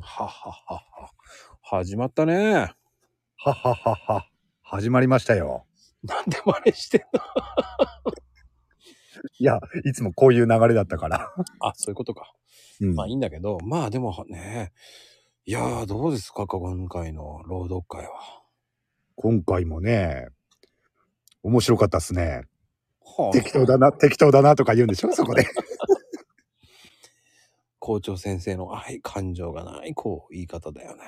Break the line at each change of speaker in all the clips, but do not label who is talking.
はっはっはっは。始まったね。
はははは。始まりましたよ。
なんで真似してんの
いや、いつもこういう流れだった から。
あ、そういうことか。
うん
まあいいんだけど、まあでもね、いやーどうですか、今回の朗読会は。
今回もね、面白かったっすね。
は
適当だな、適当だなとか言うん でしょそこで。
校長先生の愛、感情がない、こう、言い方だよね。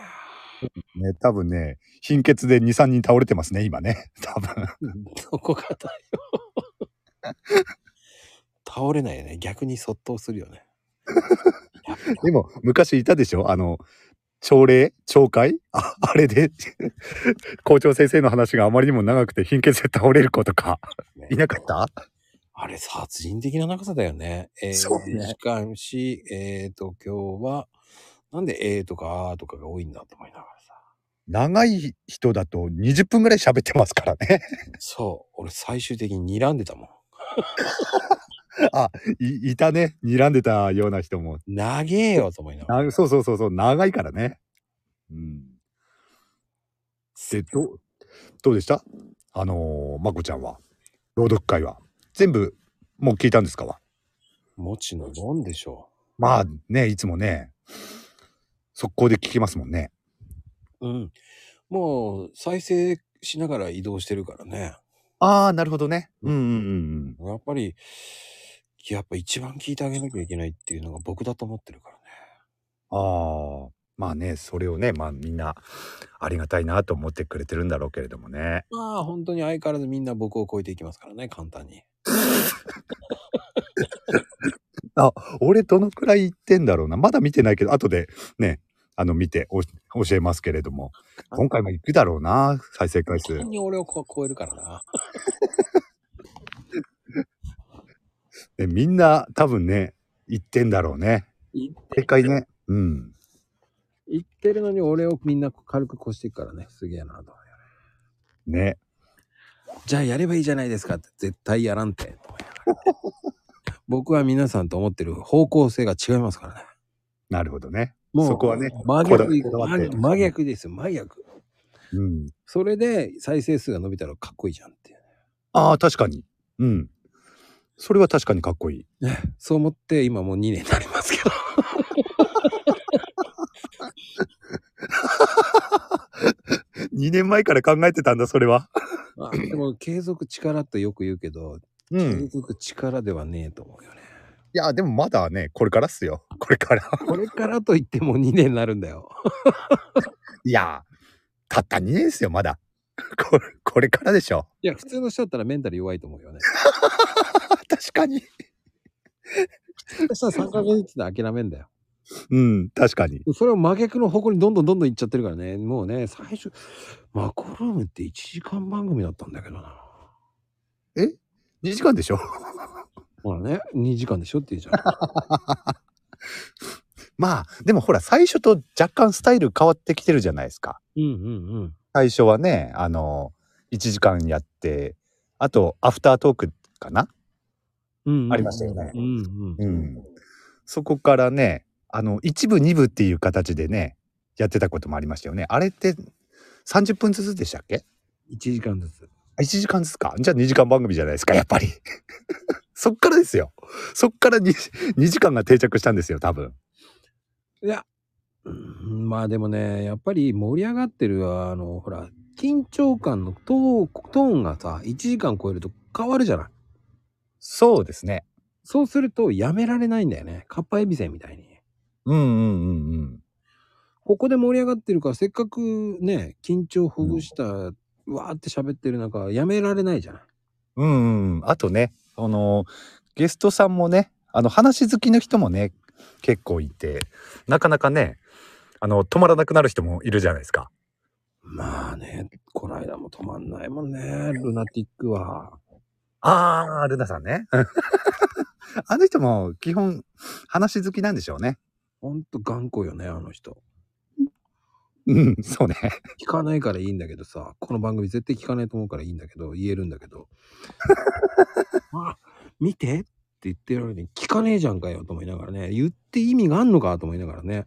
ね、多分ね、貧血で2、3人倒れてますね、今ね。 多分。
どこかだよ。倒れないよね。逆にそっとするよね。
でも、昔いたでしょあの、朝礼懲戒ああれで、 校長先生の話があまりにも長くて貧血で倒れる子とか、
ね
いなかった
あれ、殺人的な長さだよね。えー、
そうね
しかし、えっ、と、今日は、なんで、えーとか、あーとかが多いんだと思いながらさ。
長い人だと20分ぐらい喋ってますからね。
そう、俺最終的に睨んでたもん。
いいたね。睨んでたような人も
長えよと思いながら。
なそうそうそうそう、長いからね。うん。で、どう、どうでしたあのー、まこちゃんは、朗読会は。全部、もう聞いたんですかは。
もちのもんでしょ
まあね、いつもね、速攻で聞きますもんね。
う。うん。もう、再生しながら移動してるからね。
ああ、なるほどね。うんうんうん
やっぱり、やっぱ一番聞いてあげなきゃいけないっていうのが僕だと思ってるからね。
うん。ああ、まあね、それをね、まあみんな、ありがたいなと思ってくれてるんだろうけれどもね。
まあ、本当に相変わらずみんな僕を超えていきますからね、簡単に。
俺どのくらい行ってんだろうなまだ見てないけど後でねあの見てお教えますけれども今回も行くだろうな再生回数
本当に俺をこ超えるからな。
でみんな多分ね行ってんだろうね
行っ
正解ねうん
言ってるのに俺をみんな軽く越していくからね。すげえなと。
ね
じゃあやればいいじゃないですかって絶対やらんて。と思いながら僕は皆さんと思ってる方向性が違いますからね。
なるほどね
もう
そこはね
真
こだ
逆
こだわって
真真逆ですよ、真逆。
うん
それで再生数が伸びたらかっこいいじゃんっていう。
ああ確かにうんそれは確かにかっこいい
そう思って今もう2年になりますけど。
2年前から考えてたんだそれは
まあでも継続力ってよく言うけど、
う
継
ん
続力ではねえと思うよね。
いやでもまだねこれからっすよこれから
これからといっても2年になるんだよ。
いやたった2年ですよまだこれこれからでしょ
いや、普通の人だったらメンタル弱いと思うよね。
確かに
そしたら3ヶ月で諦めんだよ。
うん、確かに。
それを真逆の方向にどんどんどんどん行っちゃってるからね。もうね、最初、マコルームって1時間番組だったんだけどな。
2時間でしょ
ほらね、2時間でしょって言うじゃん。
まあ、でもほら、最初と若干スタイル変わってきてるじゃないですか。
うんうんうん。
最初はね、あの、1時間やって、あと、アフタートークかな
うんうん
ありましたよね
うんうん。
ん。そこからね、あの、1部、2部っていう形でね、やってたこともありましたよね。あれって、30分ずつでしたっけ
1時間ずつ。
あ ?1 時間ずつか。じゃあ2時間番組じゃないですか、やっぱり。 そっからですよ。そっから 2, 2時間が定着したんですよ、多分。
いや、うんまあでもね、やっぱり盛り上がってるわあの、ほら、緊張感のトートーンがさ、1時間超えると変わるじゃない。
そうですね。
そうするとやめられないんだよね。カッパエビセンみたいに。
うんうんうんうん。
ここで盛り上がってるから、せっかくね、緊張をほぐした、わーって喋ってる中、やめられないじゃない。
うんうん、あとねそのゲストさんもねあの話好きの人もね結構いてなかなかねあの止まらなくなる人もいるじゃないですか。
まあね、こないだも止まんないもんね、ルナティックは。
あールナさん ね。あの人も基本話好きなんでしょうね。
ほんと頑固よね、あの人。
うんそうね。
聞かないからいいんだけどさ、この番組絶対聞かないと思うからいいんだけど、言えるんだけど。あ、見てって言ってるのに、聞かねえじゃんかよと思いながらね、言って意味があんのかと思いながらね。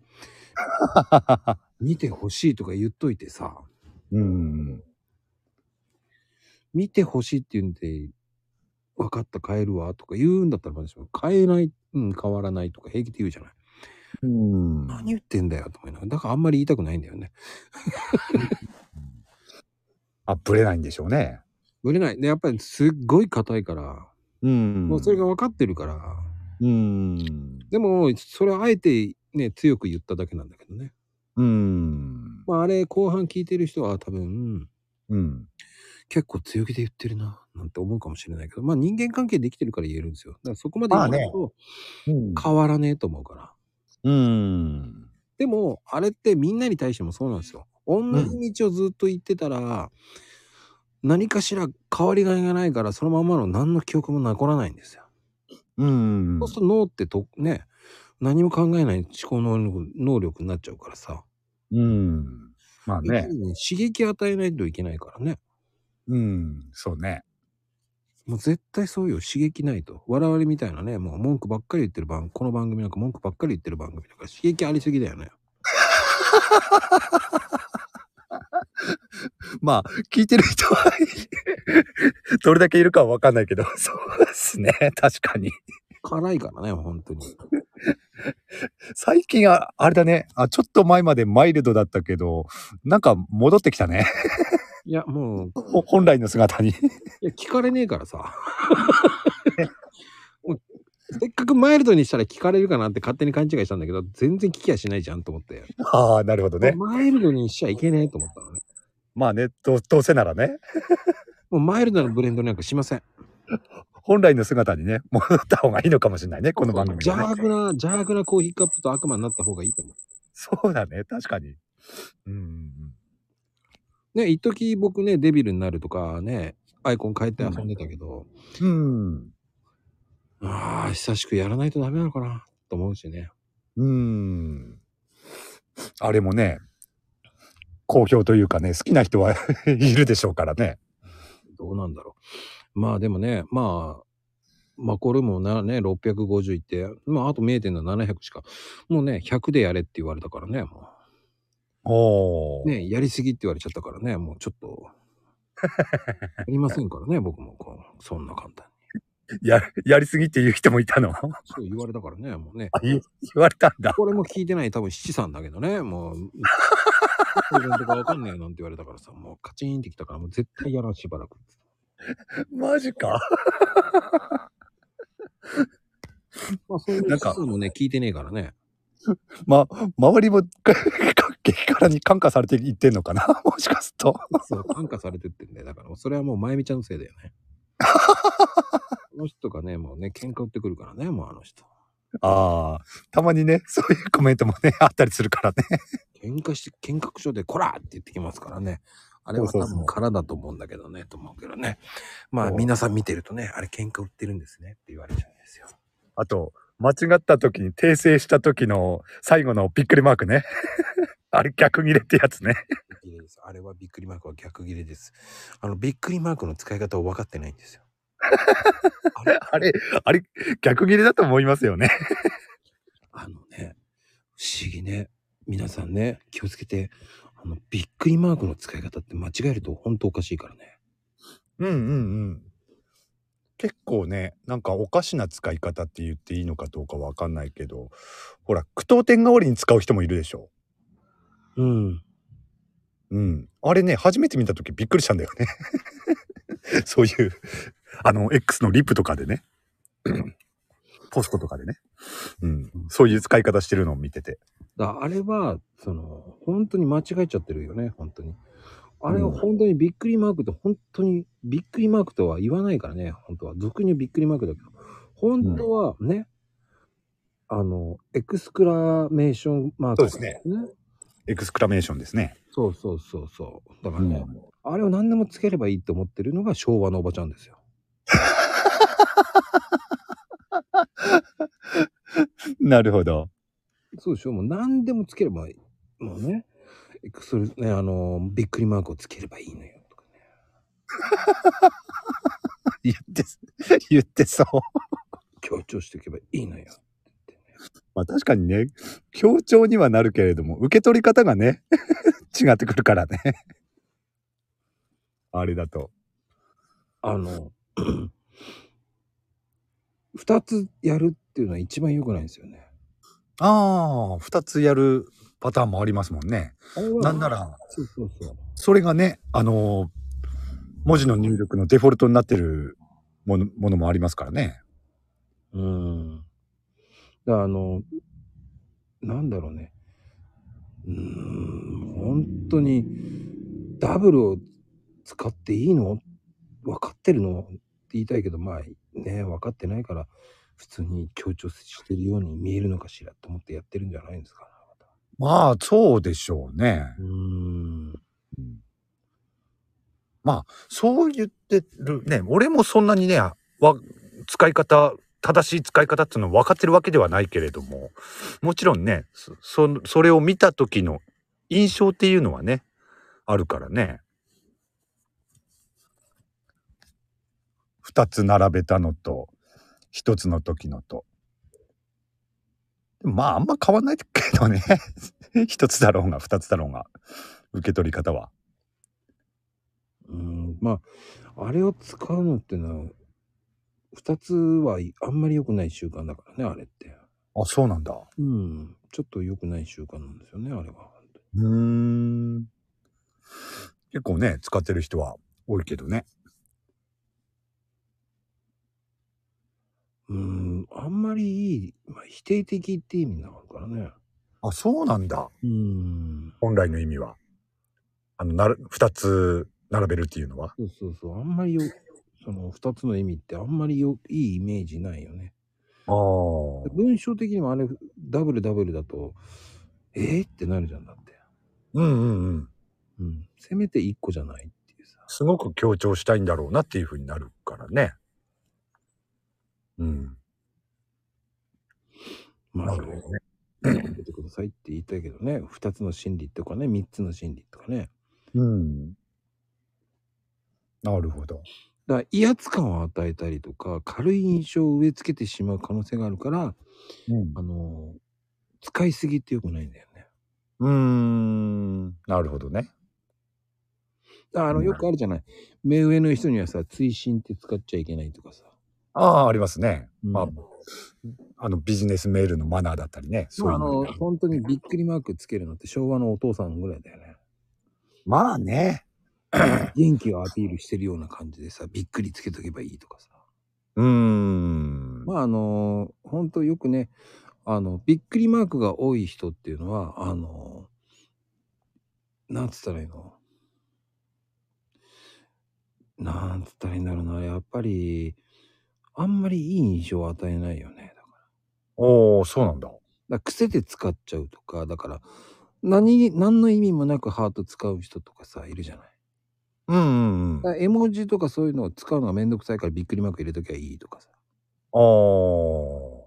見てほしいとか言っといてさ、
うん。
見てほしいって言うんで、分かった、変えるわとか言うんだったらまだしも、変えない、うん、変わらないとか平気で言うじゃない。
うん。
何言ってんだよと思いながら、だからあんまり言いたくないんだよね。
あ、ぶれないんでしょうね。
売れない。で、やっぱりすっごい硬いから、
うん
もうそれが分かってるから、
うん。
でも、それをあえてね、強く言っただけなんだけどね。
うん。
まあ、あれ、後半聞いてる人は多分、
うん。
結構強気で言ってるな、なんて思うかもしれないけど、まあ人間関係できてるから言えるんですよ。だからそこまで
まあね
言うと
うん。
変わらねえと思うから。
うん。
でも、あれってみんなに対してもそうなんですよ。同じ道をずっと行ってたら、何かしら変わりがいがないから、そのままの何の記憶も残らないんですよ。
うん
そうすると脳ってと、ね、何も考えない思考能力能力になっちゃうからさ。
うん。まあ
やっぱ
ね。
りね刺激与えないといけないからね。
うん。そうね。
もう絶対そうよ。刺激ないと。我々みたいなね、もう文句ばっかり言ってる番、この番組なんか文句ばっかり言ってる番組だから刺激ありすぎだよね。
まあ、聞いてる 人は、どれだけいるかはわかんないけど、 そうですね。確かに。
辛いからね、本当に。
最近あ、あれだね。あ、ちょっと前までマイルドだったけど、なんか戻ってきたね。
いや、もう、
ほ本来の姿に。
いや、聞かれねえからさ。もうせっかくマイルドにしたら聞かれるかなって勝手に勘違いしたんだけど、全然聞きやしないじゃんと思って。
ああ、なるほどね。
マイルドにしちゃいけないと思ったのね。
まあね、どうどうせならね。
もうマイルドなブレンドなんかしません。
本来の姿にね、戻った方がいいのかもしれないね、この番組
邪
は、ね。
悪な、邪悪なコーヒーカップと悪魔になった方がいいと思
そうだね、確かに。うん
う。ね、一時僕ね、デビルになるとかね、アイコン変えて遊んでたけど、
うんうん。
ああ、久しくやらないとダメなのかなと思うしね。
うん。うん。あれもね、好評というかね、好きな人は いるでしょうからね。
どうなんだろう。まあでもね、まあ、まあこれもなね、650いって、まああと見えてるのは700しか。もうね、100でやれって言われたからね、も
おお、
う。ね、やりすぎって言われちゃったからね、もうちょっと。ありませんからね、僕もこう、そんな簡単に。
や、やりすぎっていう人もいた の
そう言われたからね、もうね。
言われたんだ。
これも聞いてない多分七三だけどね、もう。イベントがわかんねえなんて言われたからさ、もうカチンってきたから、もう絶対やらんしばらく。
マジか。
まあそういう
なんか
七三もね、聞いてねえからね。
ま、 周りも 激辛に感化されていってんのかなもしかすると。
そう、感化されてってんだよ。だからもうそれはもう、まゆみちゃんのせいだよね。 この人がね、もうね、喧嘩売ってくるからね、もうあの人。
ああ、たまにね、そういうコメントもね、 あったりするからね。
喧嘩して、喧嘩口調で、こらって言ってきますからね。あれは多
そうそうそ
分
う
空だと思うんだけどね、と思うけどね。まあ、
そう
皆さん見てるとね、あれ喧嘩売ってるんですねって言われちゃうんですよ。
あと、間違った時に訂正した時の最後のびっくりマークね。 あれ逆切れってやつね。
逆切れですあれはびっくりマークは逆切れです。あの、びっくりマークの使い方を分かってないん ですよ。あれ
あれ、あれ逆切れだと思いますよね。
あのね、不思議ね。皆さんね、気をつけて、あの、びっくりマークの使い方って間違えると本当おかしいからね。
うんうんうん。結構ね、なんかおかしな使い方って言っていいのかどうかわかんないけど、ほら、句読点代わりに使う人もいるでしょ。
うん。
うん。あれね、初めて見た時びっくりしたんだよね。 そういう、あの、X のリップとかでね。 ポストとかでね。うん。そういう使い方してるのを見てて。
だあれは、その、本当に間違えちゃってるよね、本当に。あれは
うん
本当にびっくりマークと本当にびっくりマークとは言わないからね、本当は。俗にびっくりマークだけど、本当はね、あの、エクスクラメーションマーク、
そうですエクスクラメーションですね。
そうそうそうそう。だからね、あれを何でもつければいいと思ってるのが昭和のおばちゃんですよ。
なるほど。
そうでしょもう何でもつければいい。もうね。エクスね、あの、びっくりマークをつければいいのよ。とかね。
言って、言ってそう。
強調しておけばいいのよ。って言ってね
まあ確かにね、強調にはなるけれども、受け取り方がね、 違ってくるからね。 あれだと。
あの、二つやるっていうのは一番良くないんですよね。
ああ、二つやるパターンもありますもんね。
あれは
なんな。ら、
そうそうそう。
それがね、あのー文字の入力のデフォルトになってるものものもありますからね。
うん。だからあの、なんだろうね。うーん、本当に、ダブルを使っていいの分かってるのって言いたいけど、まあね、分かってないから、普通に強調してるように見えるのかしらと思ってやってるんじゃないんですか
まあ、そうでしょうね。
ね。うーん。
うんまあ、そう言ってる。ね、俺もそんなにね、わ使い方、正しい使い方っていうのは分かってるわけではないけれども、もちろんね、そそそれを見た時の印象っていうのはね、あるからね。二つ並べたのと、一つの時のと。でもまあ、あんま変わんないけどね。 一つだろうが、二つだろうが、受け取り方は。
うん、まあ、あれを使うのってのは、二つはいあんまり良くない習慣だからね、あれって。
あ、そうなんだ。
うん。ちょっと良くない習慣なんですよね、あれは。
うーん。結構ね、使ってる人は多いけどね。
うん、あんまりいい、まあ、否定的って意味なのからね。
あ、そうなんだ。
うん。
本来の意味は。あの、なる、二つ並べるっていうのは。
そうそうそう。あんまりよ、 その二つの意味ってあんまりよ、いいイメージないよね。
ああ。
文章的にもあれ、ダブルダブルだと、えー、ってなるじゃんだって。
うんうんうん。
うん。せめて一個じゃないっていうさ。
すごく強調したいんだろうなっていうふうになるからね。うん。
まあ、
な
そ
る
れ
ほ
を
どね。
やってくださいって言いたいけどね。二つの真理とかね、三つの真理とかね。
うん。なるほど。
だから威圧感を与えたりとか、軽い印象を植え付けてしまう可能性があるから、
うん
あの、使いすぎって良くないんだよね。
うーん。なるほどね。
ああの、
うん
よくあるじゃない。目上の人にはさ、追伸って使っちゃいけないとかさ。
ああ、ありますね。まあ
うん、
あの、ビジネスメールのマナーだったりね。そういう
まあ
の
あの、本当にびっくりマークつけるのって昭和のお父さんぐらいだよね。
まあね。
元気をアピールしてるような感じでさ、びっくりつけとけばいいとかさ。
うーん。
まああの、本当よくね、あの、びっくりマークが多い人っていうのは、あの、なんつったらいいのなんつったらいいんだろうな。やっぱり、あんまりいい印象を与えないよね。だか
おお、そうなんだ。
ら癖で使っちゃうとか、だから、何、何の意味もなくハート使う人とかさ、いるじゃない。
うんうんうん
だ。から絵文字とかそういうのを使うのがめんどくさいからびっくりマーク入れときゃいいとかさ。
おー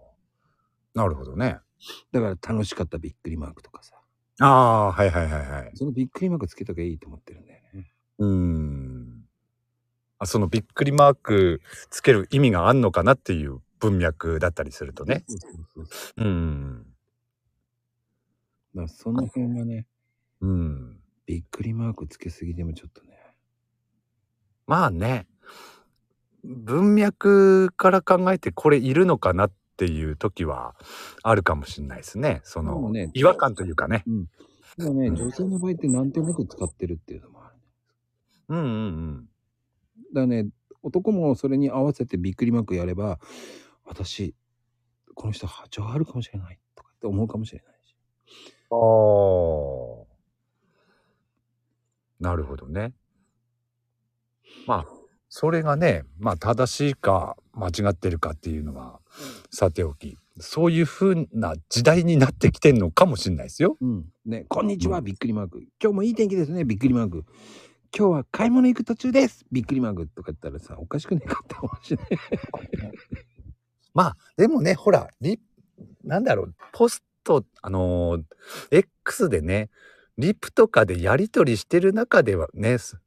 なるほどね。
だから楽しかったびっくりマークとかさ。
ああ、はいはいはいはい。
そのびっくりマークつけときゃいいと思ってるんだよね。
うーん。あ、そのびっくりマークつける意味があんのかなっていう文脈だったりするとね。
そうそうそうそう。
うん。
だからその辺はね、
うん。
びっくりマークつけすぎでもちょっとね。
まあね。文脈から考えてこれいるのかなっていう時はあるかもしれないですね。そ
でも
の
ね
違和感というかね。
ただね、
うん
女性の場合ってなんとなく使ってるっていうのもある。
うんうんうん。
だからね、男もそれに合わせてびっくりマークやれば、私、この人波長あるかもしれないとかって思うかもしれないし。
ああ。なるほどね。まあ、それがね、まあ正しいか間違ってるかっていうのは、さておき、そういうふうな時代になってきてんのかもしれないですよ。
うん。ね、こんにちは、
うん
びっくりマーク。今日もいい天気ですね、びっくりマーク。今日は買い物行く途中ですびっくりマークとか言ったらさ、おかしくねえかって話ね。
まあ、でもね、ほら、リなんだろう、ポスト、あのー X でね、リプとかでやり取りしてる中ではね、そ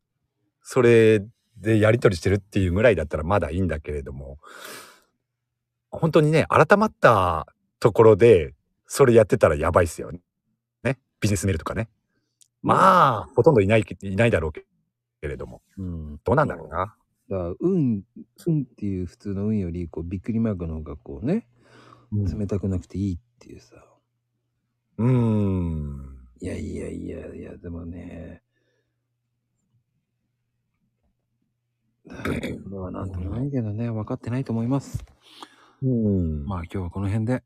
それでやり取りしてるっていうぐらいだったらまだいいんだけれども、本当にね、改まったところで、それやってたらやばいっすよ。ね。ビジネスメールとかね。まあ、ほとんどいない、いないだろうけれども。
うん。
どうなんだろうな。
だから運、運っていう普通の運より、こう、びっくりマークの方がこうね、冷たくなくていいっていうさ。
うーん。
いやいやいやいや、でもね。まあ、なんともないけどね、分かってないと思います。
うん。
まあ、今日はこの辺で。